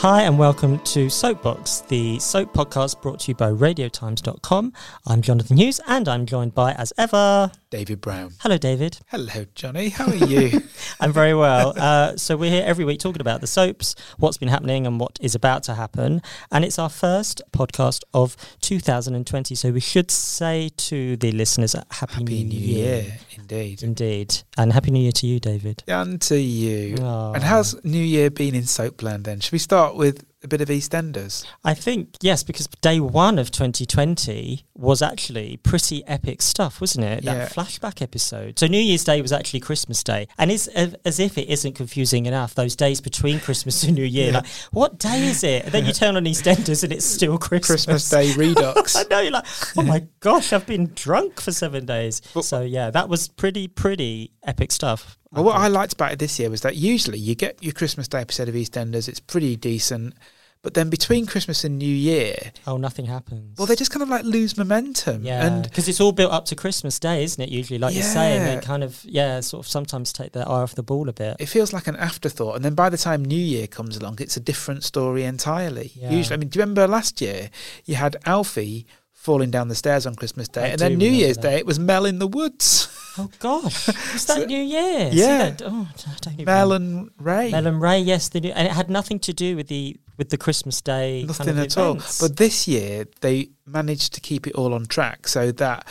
Hi, and welcome to Soapbox, the soap podcast brought to you by Radiotimes.com. I'm Jonathan Hughes, and I'm joined by, as ever, David Brown. hello, David. Hello, Johnny. How are you? I'm very well. Uh, so we're here every week talking about the soaps, what's been happening, and what is about to happen. And it's our first podcast of 2020, so we should say to the listeners, a Happy, Happy New Year, indeed. Indeed, and Happy New Year to you, David. And to you. Oh. And how's New Year been in Soapland then? Should we start with a bit of EastEnders? I think yes, because day one of 2020 was actually pretty epic stuff, wasn't it? Yeah. That flashback episode. So New Year's Day was actually Christmas Day, and it's as, as if it isn't confusing enough. Those days between Christmas and New Year, like what day is it? And then you turn on EastEnders, and it's still Christmas. Christmas Day Redux. I know you're like, oh my gosh, I've been drunk for seven days. so yeah, that was pretty, pretty epic stuff. Well, what I liked about it this year was that usually you get your Christmas Day episode of EastEnders, it's pretty decent. But then between Christmas and New Year, oh, nothing happens. well, they just kind of like lose momentum. Yeah, And because it's all built up to Christmas Day, isn't it? Usually, like you're saying, Yeah. they kind of yeah, sort of sometimes take their eye off the ball a bit. it feels like an afterthought. And then by the time New Year comes along, it's a different story entirely. Yeah. Usually, I mean, do you remember last year you had Alfie falling down the stairs on Christmas Day, I and do then New remember Year's that. Day it was Mel in the woods, Oh gosh, was that New Year? See yeah. that- oh, I don't even Mel and Ray, Mel and Ray. Yes, they do, and it had nothing to do with the with the Christmas Day. nothing kind of at events. all. But this year they managed to keep it all on track, so that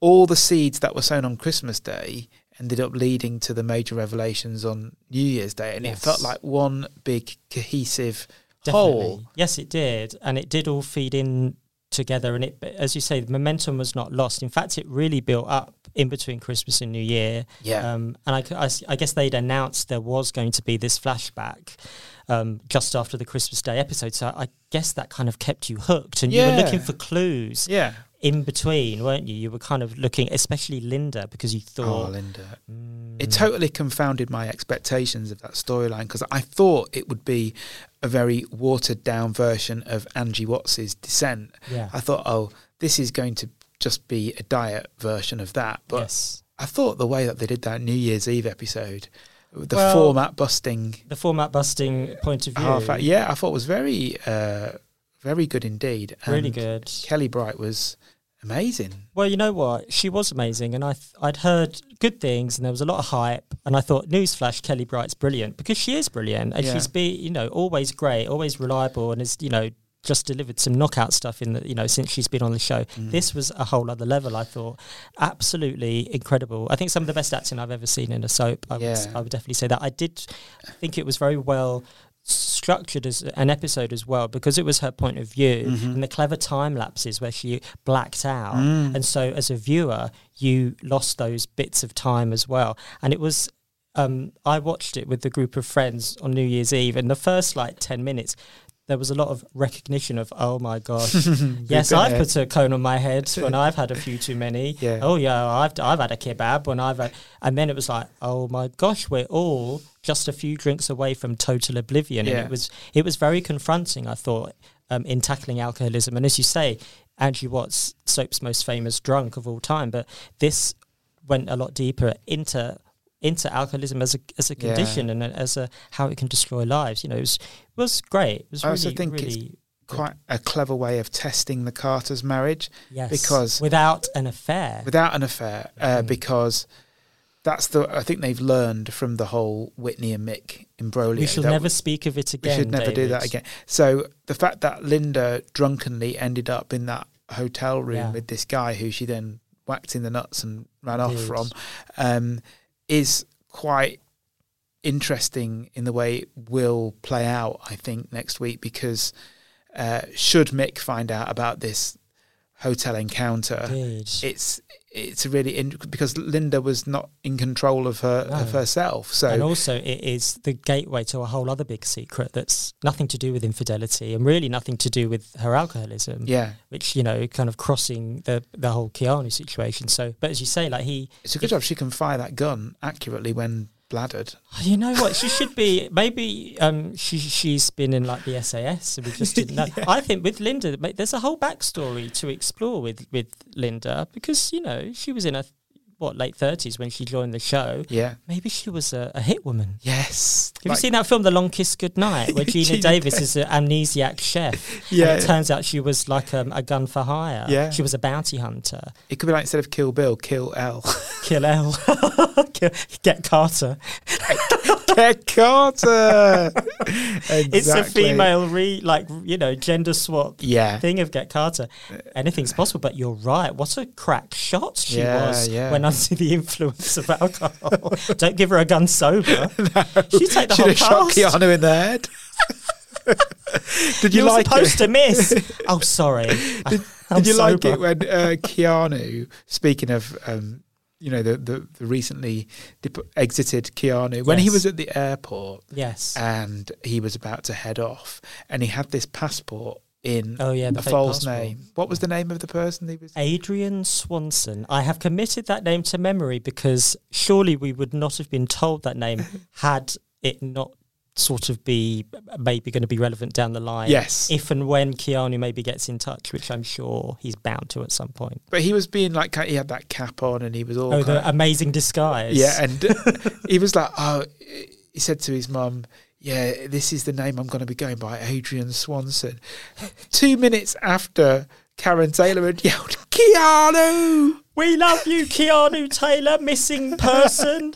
all the seeds that were sown on Christmas Day ended up leading to the major revelations on New Year's Day, and Yes. it felt like one big cohesive Definitely. whole. Yes, it did, and it did all feed in together. And it, as you say, the momentum was not lost. In fact, it really built up in between Christmas and New Year. Yeah. Um, and I c- I, s- I guess they'd announced there was going to be this flashback um, just after the Christmas Day episode. So I guess that kind of kept you hooked, and you were Yeah. looking for clues Yeah. in between, weren't you? You were kind of looking, especially Linda, because you Oh, thought. mm, Linda. It totally confounded my expectations of that storyline because I thought it would be a very watered down version of Angie Watts's Descent. yeah. I thought, oh, this is going to just be a diet version of that. But yes. I thought the way that they did that New Year's Eve episode, the Well- format busting The format busting point of view. half hour, yeah, I thought was very, uh, very good indeed. Really And good. Kelly Bright was amazing. Well, you know what? She was amazing, and I th- I'd heard good things, and there was a lot of hype, and I thought, newsflash, Kelly Bright's brilliant because she is brilliant, and Yeah. she's be you know always great, always reliable, and has you know just delivered some knockout stuff in the you know since she's been on the show. This was a whole other level. I thought absolutely incredible. I think some of the best acting I've ever seen in a soap. I, would, s- Yeah. I would definitely say that. I did think it was very well structured as an episode as well because it was her point of view and the clever time lapses where she blacked out and so as a viewer you lost those bits of time as well and it was um, i watched it with a group of friends on new year's eve and the first like 10 minutes there was a lot of recognition of oh my gosh yes got i've it. put a cone on my head when i've had a few too many Yeah. oh yeah i've i've had a kebab when i've had and then it was like oh my gosh we're all just a few drinks away from total oblivion and Yeah. it was it was very confronting i thought um, in tackling alcoholism and as you say angie watts soap's most famous drunk of all time but this went a lot deeper into into alcoholism as a as a Yeah. condition and as a how it can destroy lives you know it was it was great it was I really also think it's- really Quite a clever way of testing the Carters' marriage. yes because- without an affair without an affair uh, Mm-hmm. because that's the I think they've learned from the whole Whitney and Mick imbroglio. we shall that never speak of it we again should never do that David. again. So the fact that Linda drunkenly ended up in that hotel room Yeah. with this guy who she then whacked in the nuts and ran off Indeed. from um, is quite interesting in the way it will play out. I think next week because uh, should Mick find out about this hotel encounter, Indeed. it's it's really in, because Linda was not in control of her of No. herself. So and also, it is the gateway to a whole other big secret that's nothing to do with infidelity and really nothing to do with her alcoholism, yeah, which you know, kind of crossing the the whole Keanu situation. So, but as you say, like he, it's a good job she can fire that gun accurately when bladdered. you know what, she should be maybe um she she's been in like the SAS and we just didn't know. I think with Linda, mate, there's a whole backstory to explore with with Linda because you know she was in a what late thirties when she joined the show. Yeah. Maybe she was a, a hit woman. Yes. Have Like- you seen that film, The Long Kiss Goodnight, where Gina, Gina Davis is an amnesiac chef? Yeah. And it turns out she was like um, a gun for hire. Yeah. She was a bounty hunter. It could be like instead of Kill Bill, Kill L. Kill L. Kill, get Carter. Get Carter. It's a Exactly. female, re like, you know, gender swap Yeah. thing of Get Carter. Anything's possible, but you're right. What a crack shot she Yeah, was yeah. when under the influence of alcohol. Don't give her a gun sober. She'd take the Should whole have shot cast. Keanu in the head. Did you You're like supposed it? to miss. Oh, sorry. Did, Did you like it when uh, Keanu? Speaking of, um, you know, the the, the recently dep- exited Keanu when he Yes. was at the airport Yes. and he was about to head off, and he had this passport in Oh, yeah, the a fake false passport. Uh, name. What was the name of the person he was? Adrian Swanson. I have committed that name to memory because surely we would not have been told that name had it not sort of be maybe going to be relevant down the line. Yes, If and when Keanu maybe gets in touch, which I'm sure he's bound to at some point. but he was being like kind- he had that cap on, and he was all Oh, kind the amazing disguise. Yeah, and uh, he was like, oh, he said to his mum, yeah, this is the name I'm going to be going by, Adrian Swanson. Two minutes after Karen Taylor had yelled, Keanu! We love you, Keanu Taylor, missing person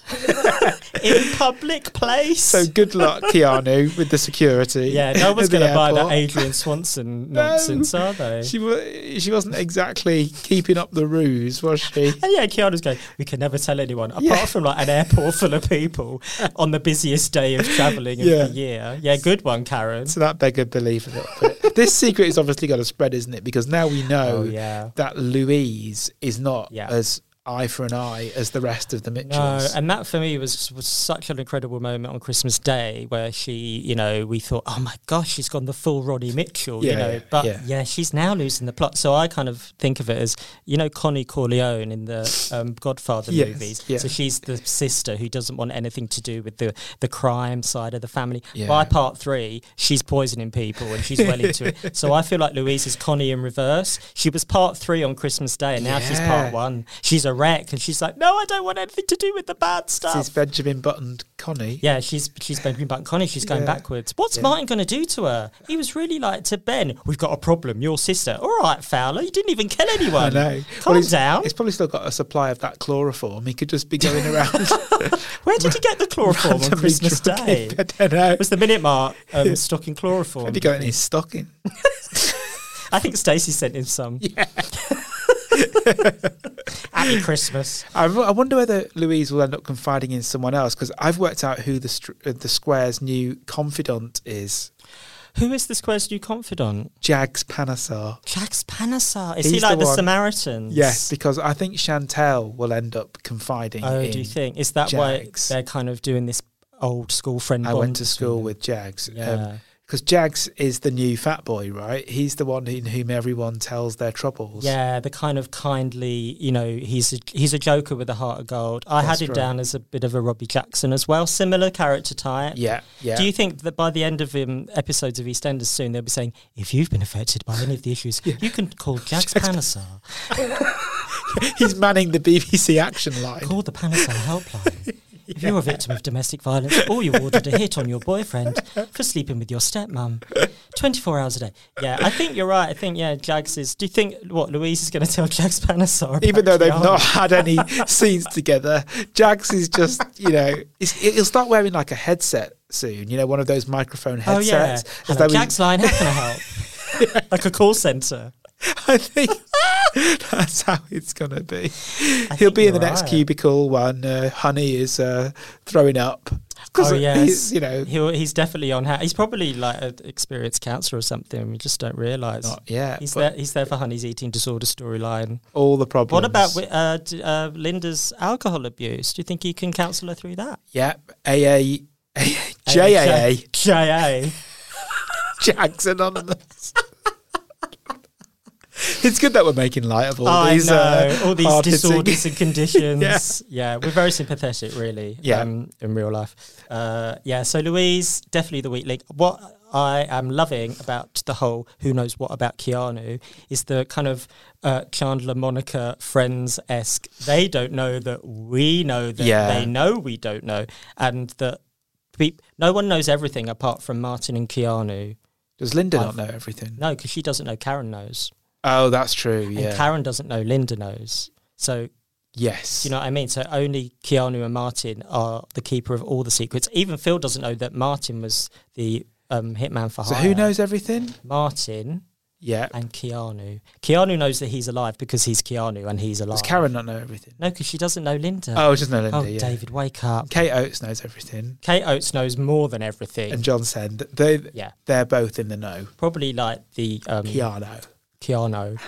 in public place. So good luck, Keanu, with the security. yeah, no one's at the going to buy that airport. Adrian Swanson nonsense, are they? She, wa- she wasn't exactly keeping up the ruse, was she? And yeah, Keanu's going, we can never tell anyone, apart Yeah. from like an airport full of people on the busiest day of travelling of Yeah. the year. Yeah, good one, Karen. So that beggared belief a little bit. this secret is obviously going to spread, isn't it? Because now we know Oh, yeah. that Louise is not Yeah. as eye for an eye as the rest of the No, Mitchells. and that for me was, was such an incredible moment on Christmas Day where she, you know, we thought, oh my gosh, she's gone the full Roddy Mitchell, you Yeah, know. yeah, but yeah. yeah. she's now losing the plot. So I kind of think of it as, you know, Connie Corleone in the um, Godfather Yes, movies. yeah. So she's the sister who doesn't want anything to do with the, the crime side of the family. Yeah. By part three, she's poisoning people and she's well into it. So I feel like Louise is Connie in reverse. She was part three on Christmas Day and now she's Yeah. part one. She's a wreck and she's like, no, I don't want anything to do with the bad This stuff. is Benjamin Buttoned Connie. yeah, she's she's bending back. Connie, she's going Yeah. backwards. What's Yeah. Martin going to do to her? He was really like to Ben. We've got a problem. Your sister. All right, Fowler, you didn't even kill anyone. I know. Calm he's, down. He's probably still got a supply of that chloroform. He could just be going around Where did you get the chloroform on randomly Christmas Day? drugging- I don't know. It was the minute mark um, stocking chloroform. Maybe going in his stocking. I think Stacey sent him some. Yeah. Happy Christmas. I, wo- I wonder whether Louise will end up confiding in someone else because I've worked out who the str- uh, the Square's new confidant is. Who is the Square's new confidant? Jags Panesar. Jax Panesar. Is he He's like the the, one- Samaritans? Yes, because I think Chantel will end up confiding. Oh, in do you think? Is that Jax. why they're kind of doing this old school friend I bond went to between school them? with Jags. Yeah. because Jags is the new fat boy, right? He's the one in whom everyone tells their troubles. yeah, the kind of kindly, you know, he's a, he's a joker with a heart of gold. I That's had him right. down as a bit of a Robbie Jackson as well, similar character type. yeah, yeah. Do you think that by the end of um, episodes of EastEnders soon, they'll be saying, if you've been affected by any of the issues, you can call Jax Panesar, He's manning the BBC action line. call the Panesar helpline. If you're a victim of domestic violence or you ordered a hit on your boyfriend for sleeping with your stepmom 24 hours a day. Yeah, I think you're right. I think, yeah, Jax is. Do you think what Louise is going to tell Jax Panesar? Even though about they've Keanu? not had any scenes together, Jags is just, you know, it's, he'll start wearing like a headset soon, you know, one of those microphone Oh, yeah. headsets. as Hello, though he- Jax line, how can I help? like a call centre. I think that's how it's going to be. I He'll think be in the you're next right. cubicle when uh, Honey is uh, throwing up. 'Cause Oh, he's, yes. you know, He'll, he's definitely on. Ha- he's probably like an experienced counselor or something. We just don't realise. not, yeah, He's but there. He's there for Honey's eating disorder storyline. all the problems. What about wi- uh, d- uh, Linda's alcohol abuse? Do you think he can counsel her through that? Yep. AA. JAA. JA. Jags Anonymous. it's good that we're making light of all I these. uh, know all these hard-hitting- disorders and conditions. Yeah. yeah. we're very sympathetic, really. Yeah. um, in real life. Uh, yeah, so Louise definitely the weak link. What I am loving about the whole "Who knows what about Keanu" is the kind of uh, Chandler, Monica, Friends esque. They don't know that we know that Yeah. they know we don't know, and that peop no one knows everything apart from Martin and Keanu. Does Linda I've- not know everything? No, because she doesn't know Karen knows, Oh, that's true. Yeah. and Karen doesn't know Linda knows. So yes. Do you know what I mean? So only Keanu and Martin are the keeper of all the secrets. Even Phil doesn't know that Martin was the um, hitman for so hire. who knows everything? Martin Yeah. and Keanu. Keanu knows that he's alive because he's Keanu and he's alive. Does Karen not know everything? No, because she doesn't know Linda. Oh, she doesn't know Linda. Oh, yeah. David, wake up. Kate Oates knows everything, Kate Oates knows more than everything. and John said that they yeah, they're both in the know. probably like the um, Keanu. Keanu.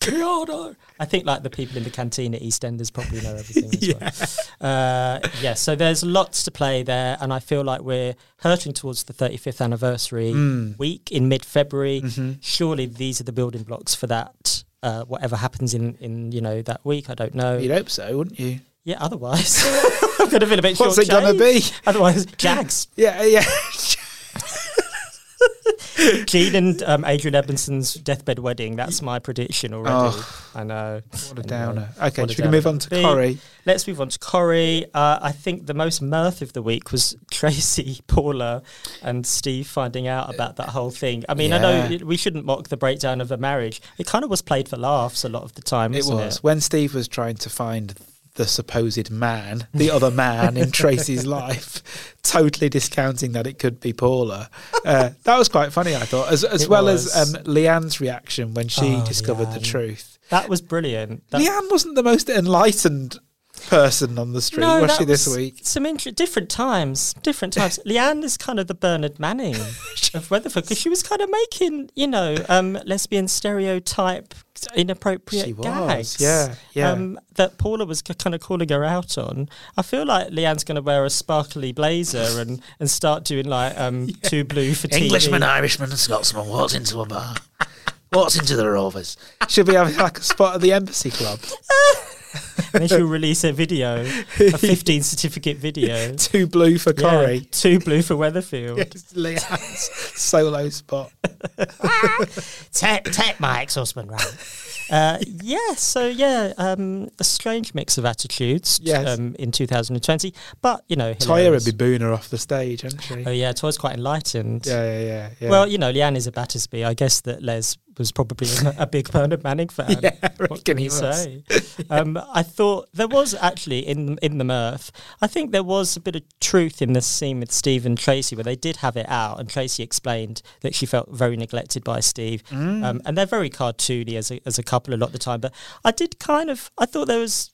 Keanu. I think like the people in the canteen at EastEnders probably know everything as well. Uh, yeah, so there's lots to play there, and I feel like we're hurtling towards the 35th anniversary Mm. week in mid-February. Mhm. Surely these are the building blocks for that. Uh, whatever happens in, in you know that week, I don't know. You'd hope so, wouldn't you? Yeah, otherwise I'm gonna feel a bit What's it gonna shortchanged. be? Otherwise, Jags. Yeah, yeah. Gene and um, Adrian Ebinson's deathbed wedding. That's my prediction already. I know. What a Anyway. downer. Okay, What a should we move downer. on to The- Corrie? Let's move on to Corey. Uh, I think the most mirth of the week was Tracy, Paula, and Steve finding out about that whole thing. I mean, I know Uh, Yeah. we shouldn't mock the breakdown of a marriage. It kind of was played for laughs a lot of the time, It wasn't it? was when Steve was trying to find the supposed man, the other man in Tracy's life, totally discounting that it could be Paula. Uh, that was quite funny, I thought, as as It well was. as um, Leanne's reaction when she Oh, discovered the Leanne. truth. That was brilliant. That- Leanne wasn't the most enlightened person on the street, was that she this was week? Some inter- different times, different times. Leanne is kind of the Bernard Manning of Weatherford because she was kind of making, you know, um, lesbian stereotype, inappropriate She was, gags. yeah, yeah. Um, that Paula was c- kind of calling her out on. I feel like Leanne's going to wear a sparkly blazer and, and start doing like um, too blue for TV. Englishman, Irishman, and Scotsman walks into a bar, walks into the Rovers. She'll be having like a spot at the embassy club. Then she'll release a video, a 15 certificate video. Too blue for Yeah, Corrie. too blue for Weatherfield. It's Leanne's solo spot. take, take my ex-husband round. Uh, yeah, so yeah, um, a strange mix of attitudes Yes. um, in 2020, but you know, Tyra hilarious. would be booing her off the stage, wouldn't she? oh yeah, Toya's quite enlightened. Yeah, yeah, yeah. yeah. Well, you know, Leanne is a Battersby. I guess that Les was probably a- a big Bernard Manning fan. Yeah, I what reckon can he you was. say? um, I thought there was actually in in the mirth. I think there was a bit of truth in the scene with Steve and Tracy where they did have it out, and Tracy explained that she felt very neglected by Steve, Mm. um, and they're very cartoony as a, as a couple a lot of the time. But I did kind of I thought there was.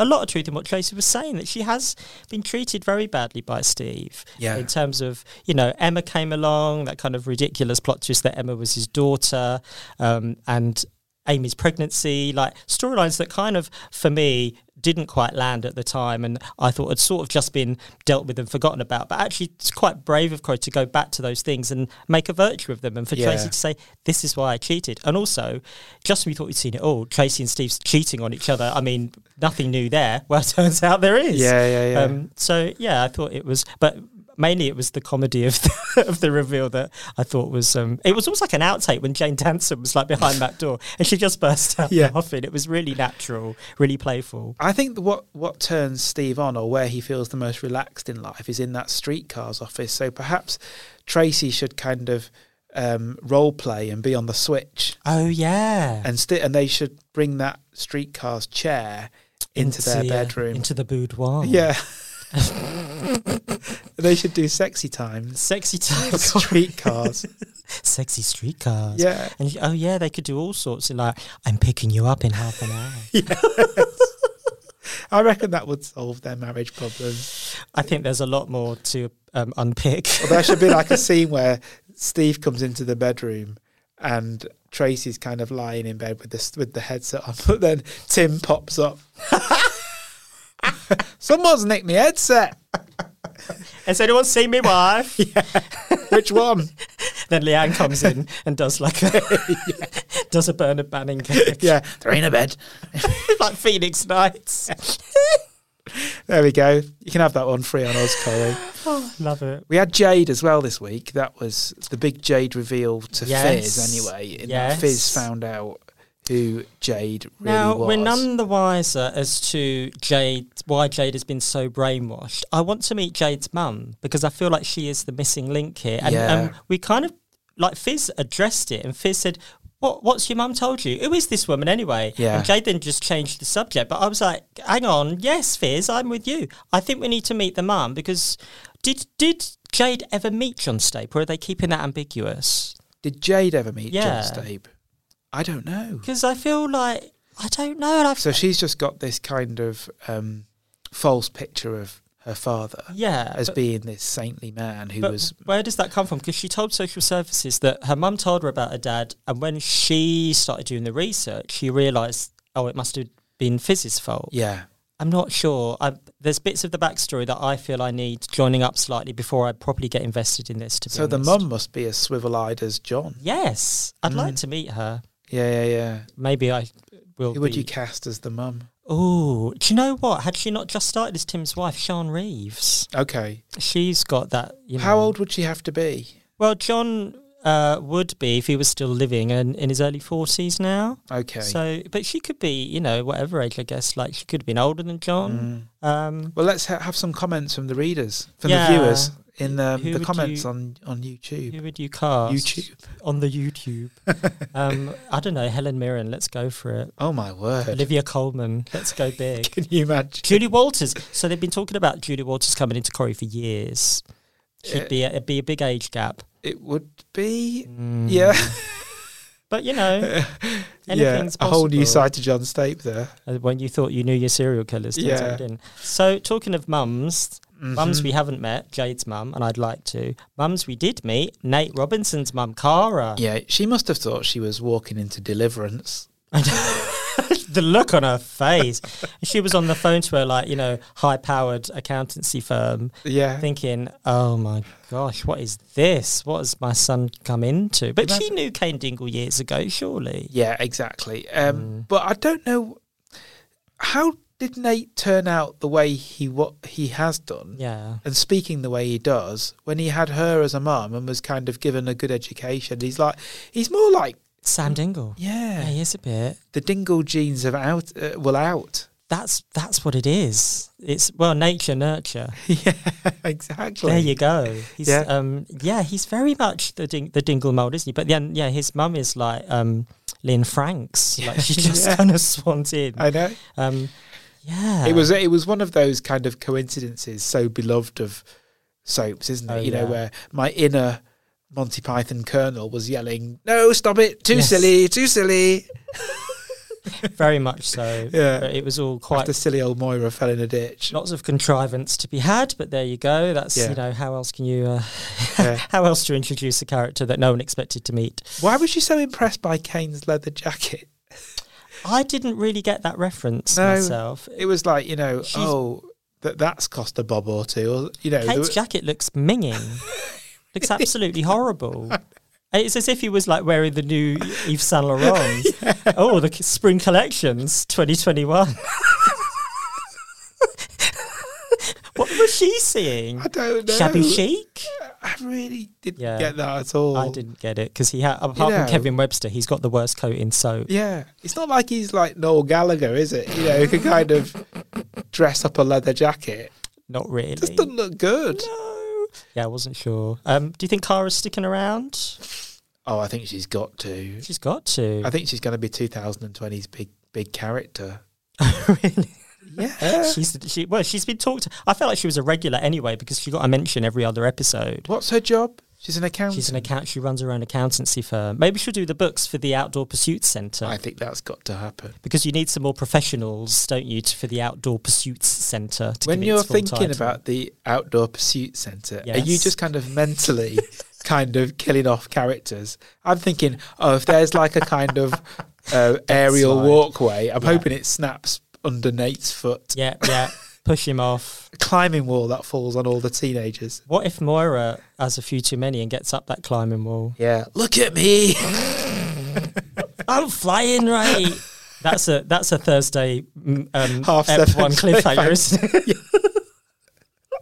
A lot of truth in what Tracy was saying that she has been treated very badly by Steve Yeah. in terms of you know Emma came along that kind of ridiculous plot twist that Emma was his daughter um, and Amy's pregnancy like storylines that kind of for me didn't quite land at the time and I thought had sort of just been dealt with and forgotten about but actually it's quite brave of Crow to go back to those things and make a virtue of them and for Yeah. Tracy to say this is why I cheated and also just when we thought we'd seen it all Tracy and Steve's cheating on each other I mean nothing new there well turns out there is Yeah, yeah, yeah. um, so yeah, I thought it was, but mainly it was the comedy of the, of the reveal that I thought was. Um, it was almost like an outtake when Jane Danson was like behind that door and she just burst out Yeah. laughing. It was really natural, really playful. I think that what what turns Steve on, or where he feels the most relaxed in life, is in that streetcars office. So perhaps Tracy should kind of um, role play and be on the switch, Oh yeah, and sti and they should bring that streetcars chair into, their the, uh, bedroom. into the boudoir. yeah, they should do sexy times. sexy time, Streetcars, sexy streetcars. yeah, And oh yeah, they could do all sorts of like, I'm picking you up in half an hour. I reckon that would solve their marriage problems. I think there's a lot more to um, unpick. Or there should be like a scene where Steve comes into the bedroom and Tracy's kind of lying in bed with this with the headset on, but then Tim pops up. Someone's nicked me headset. Has anyone seen me wife? Which one? Then Leanne comes in and does like a does a Bernard Banning gag, Yeah, They're in a bed. like Phoenix Nights. There we go. You can have that one free on us, Corey. Love it. We had Jade as well this week. That was the big Jade reveal to Yes. Fizz, anyway. In Yes. that Fizz found out who Jade really Now was. we're none the wiser as to Jade why Jade has been so brainwashed. I want to meet Jade's mum because I feel like she is the missing link here, and Yeah. um, we kind of like Fizz addressed it, and Fizz said. What, what's your mum told you? Who is this woman anyway? Yeah. And Jade then just changed the subject. But I was like, hang on, yes, Fizz, I'm with you. I think we need to meet the mum because did did Jade ever meet John Stape or are they keeping that ambiguous? Did Jade ever meet Yeah. John Stabe? I don't know. Because I feel like, I don't know. And I've, So she's just got this kind of um, false picture of her father yeah. as but- being this saintly man who But was. where does that come from? Because she told social services that her mum told her about her dad, and when she started doing the research, she realised, oh, it must have been Fizz's fault. Yeah. I'm not sure. I, there's bits of the backstory that I feel I need joining up slightly before I properly get invested in this. To be So the honest. mum must be as swivel eyed as John. Yes, I'd like Mm. to meet her. Yeah, yeah, yeah. Maybe I will. Who would be- you cast as the mum? Oh, do you know what? Had she not just started as Tim's wife, Sean Reeves? Okay. She's got that. You know, How old would she have to be? Well, John uh, would be if he was still living and in his early forties now. Okay. So, but she could be, you know, whatever age. I guess like she could have been older than John. Mm. Um, Well, let's ha- have some comments from the readers, from Yeah. the viewers, in um, Who the would comments you- on on YouTube. who would you cast YouTube. on the YouTube? um, I don't know. Helen Mirren. Let's go for it. Oh my word! Olivia Coleman. Let's go big. Can you imagine? Julie Walters. So they've been talking about Julie Walters coming into Corey for years. She'd Uh, be a, it'd be a big age gap. It would be Mm. yeah, but you know, yeah, anything's a whole new possible. side to John Stape there. Uh, when you thought you knew your serial killers. turns out Yeah. you didn't. So, talking of mums, mums Mhm. we haven't met, Jade's mum, and I'd like to. Mums we did meet, Nate Robinson's mum, Cara. Yeah, she must have thought she was walking into deliverance. the look on her face. she was on the phone to her, like, you know, high powered accountancy firm, Yeah, thinking, oh my gosh, what is this? What has my son come into? But she knew Kane Dingle years ago, surely. yeah, exactly. Um, Mm. But I don't know how did Nate turn out the way he what he has done. Yeah. and speaking the way he does when he had her as a mum and was kind of given a good education he's like he's more like Sam Dingle. Yeah, Mm. yeah he is a bit. the dingle genes of out uh, will out That's that's what it is. It's well, nature nurture. yeah exactly There you go. He's, yeah. Yeah. Um, yeah, he's very much the ding- the dingle mold, isn't he? But then, yeah, his mum is like um, Lynn Franks. Like she just Yeah. kind of swans in. i know Um, yeah. it was it was one of those kind of coincidences so beloved of soaps isn't it Oh, you know yeah. where my inner monty python colonel was yelling no stop it too Yes. silly too silly very much so. Yeah. But it was all quite after silly old moira fell in a ditch lots of contrivance to be had. But there you go. That's Yeah. you know how else can you uh, Yeah. how else to introduce a character that no one expected to meet. why was she so impressed by kane's leather jacket I didn't really get that reference No. myself. it was like you know She's- oh that that's cost a bob or two or you know Kate's there- jacket looks minging. looks absolutely horrible. It's as if he was like wearing the new Yves Saint Laurent. Oh, the c- spring collections 2021. what was she seeing? I don't know. Shabby chic? I really didn't Yeah. get that at all. I didn't get it because he had, apart know- from Kevin Webster, he's got the worst coat in soap. Yeah, it's not like he's like Noel Gallagher, is it? You know, who can kind of dress up a leather jacket. Not really. Just doesn't look good. no. Yeah, I wasn't sure. Um, do you think Kara's sticking around? Oh, I think she's got to. She's got to. I think she's going to be 2020's big big character. really? Yeah. She's she well, she's been talked. I felt like she was a regular anyway because she got a mention every other episode. What's her job? She's an accountant. She's an account. She runs her own accountancy firm. Maybe she'll do the books for the Outdoor Pursuit Centre I think that's got to happen. because you need some more professionals, don't you, to, for the Outdoor Pursuits Centre? to when give it you're its full thinking title? about the outdoor pursuit center are you Yes. just kind of mentally kind of killing off characters i'm thinking oh if there's like a kind of uh, aerial slide. walkway i'm Yeah. hoping it snaps under nate's foot yeah, yeah, push him off. climbing wall that falls on all the teenagers What if Moira has a few too many and gets up that climbing wall? yeah look at me I'm flying right. That's a that's a Thursday mm, um, Half Ep seven one cliffhanger, isn't it?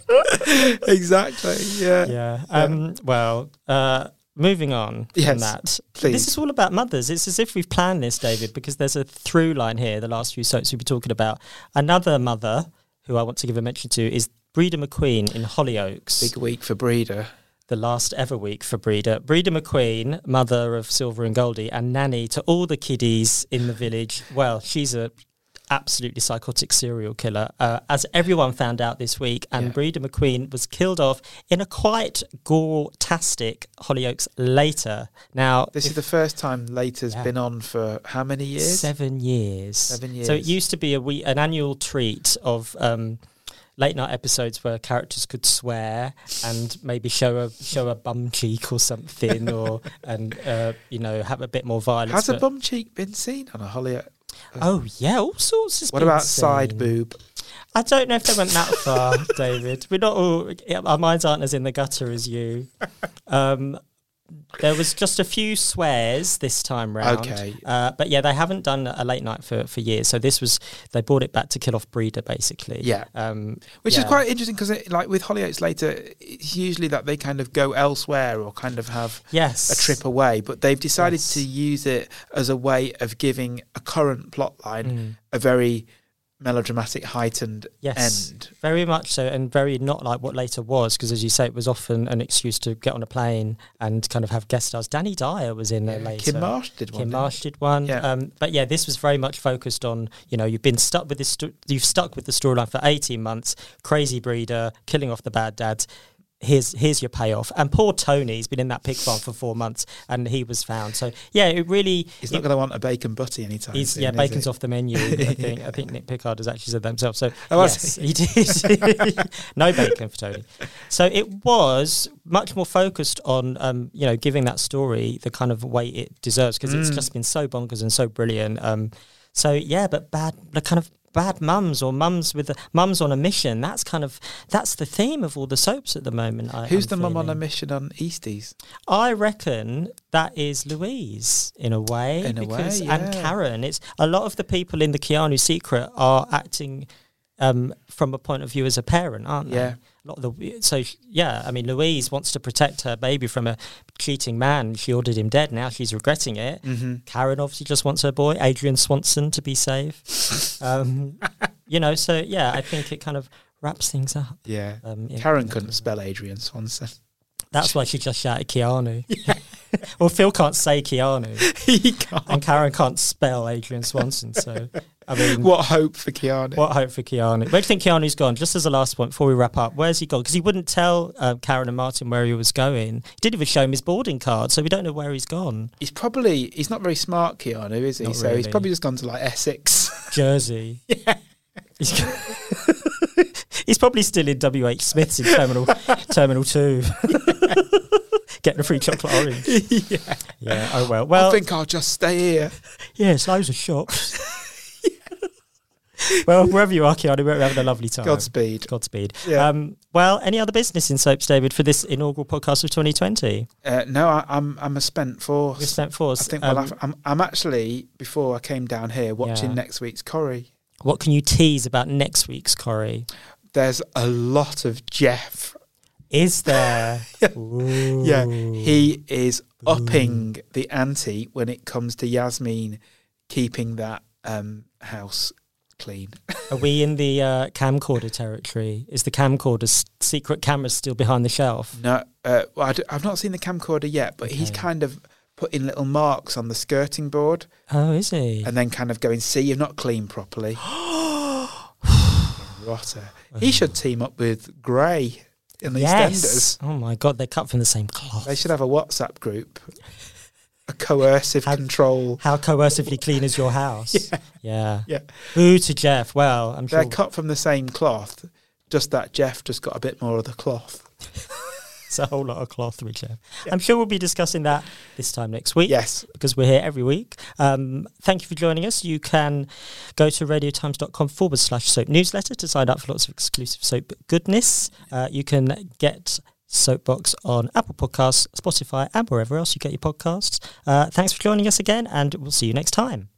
exactly. Yeah. Yeah. Um, Well, uh, moving on from Yes, that. please. This is all about mothers. It's as if we've planned this, David, because there's a through line here. The last few soaps we've been talking about. Another mother who I want to give a mention to is Breda McQueen in Hollyoaks. Big week for Breeder. the last ever week for Breda. Breda McQueen, mother of Silver and Goldie, and nanny to all the kiddies in the village. Well, she's a absolutely psychotic serial killer, uh, as everyone found out this week. And Yeah. Breda McQueen was killed off in a quite gore-tastic Hollyoaks later. Now, This is the first time Later's Yeah. been on for how many years? Seven years. Seven So it years. used to be a we an annual treat of um, late night episodes where characters could swear and maybe show a show a bum cheek or something, or and uh, you know have a bit more violence. Has a but- bum cheek been seen on a Hollyoaks? Oh yeah, all sorts. Has What been about seen. side boob? I don't know if they went that far, David. We're not all. yeah, Our minds aren't as in the gutter as you. Um, there was just a few swears this time round. Okay. Uh, but yeah, they haven't done a late night for, for years. So this was they brought it back to kill off Breeder basically. Yeah. Um, Which is yeah. quite interesting because, like with Hollyoaks later, it's usually that they kind of go elsewhere or kind of have yes a trip away, but they've decided Yes. to use it as a way of giving a current plot line Mm. a very melodramatic, heightened Yes. end. Very much so, and very not like what later was, because as you say, it was often an excuse to get on a plane and kind of have guest stars. Danny Dyer was in there later. Kim Marsh did one. Kim didn't Marsh did one. Yeah. Um, but yeah, this was very much focused on you know you've been stuck with this sto- you've stuck with the storyline for eighteen months. Crazy breeder killing off the bad dads. Here's here's your payoff. And poor Tony's been in that pig farm for four months, and he was found. So yeah, it really He's not it- going to want a bacon butty anytime He's, soon. yeah, is bacon's he? off the menu. I think I think Nick Pickard has actually said that himself. So Oh, has yes, he did. no bacon for Tony. So it was much more focused on um, you know giving that story the kind of weight it deserves because Mm. it's just been so bonkers and so brilliant. Um, so yeah, but bad the kind of bad mums or mums with the, mums on a mission. That's kind of that's the theme of all the soaps at the moment. I, Who's I'm the mum on a feeling. mission on Easties? I reckon that is Louise in a way. In a way, And yeah. Karen. It's a lot of the people in the Keanu secret are acting um, from a point of view as a parent, aren't they? Yeah. A lot of the so sh- yeah, I mean Louise wants to protect her baby from a cheating man. She ordered him dead. Now she's regretting it. Mm-hmm. Karen obviously just wants her boy Adrian Swanson to be safe. um, you know, so yeah, I think it kind of wraps things up. Yeah. Um, in- Karen in a couldn't spell Adrian Swanson. that's why she just shouted Keanu. well, Phil can't say Keanu, he can't. and Karen can't spell Adrian Swanson. So, I mean, what, What hope for Keanu? hope for Keanu? Where do you think Keanu's gone? Just as a last point before we wrap up, where's he gone? Because he wouldn't tell um, Karen and Martin where he was going. He didn't even show him his boarding card, so we don't know where he's gone. He's probably he's not very smart, Keanu, is he? Not so he's really. probably just gone to like Essex. Jersey. Yeah. He's, he's probably still in W. H. Smith's in Terminal Terminal Two, getting a free chocolate orange. yeah. Oh well. Well, I think I'll just stay here. Yeah, it's loads of shops. well, wherever you are, Keanu, we're having a lovely time. Godspeed. Godspeed. Yeah. Um, well, any other business in soaps, David, for this inaugural podcast of 2020? Uh, no, I, I'm I'm a spent force. We've spent four. I think um, we'll have, I'm I'm actually before I came down here watching Yeah. next week's Corrie. What can you tease about next week's Corrie? There's a lot of Jeff. Is there? Yeah, he is upping the ante when it comes to Yasmin keeping that um, house clean. Are we in the uh, camcorder territory? Is the camcorder's secret camera still behind the shelf? No, uh, well, I d- I've not seen the camcorder yet, but he's Okay. kind of putting little marks on the skirting board Oh, is he? and then kind of going, "See, you've not cleaned properly." Rotter. He should team up with Gray in the EastEnders. yes. Oh my God, they're cut from the same cloth. They should have a WhatsApp group, a coercive Have- control. How coercively clean is your house? yeah. yeah. Yeah. Boo to Jeff. Well, I'm sure They're cut from the same cloth, just that Jeff just got a bit more of the cloth. it's a whole lot of cloth with Jeff. I'm sure we'll be discussing that this time next week. Yes, Because we're here every week. Um, thank you for joining us. You can go to radiotimes.com forward slash soap newsletter to sign up for lots of exclusive soap goodness. Uh, you can get Soapbox on Apple Podcasts, Spotify, and wherever else you get your podcasts. Uh, thanks for joining us again, and we'll see you next time.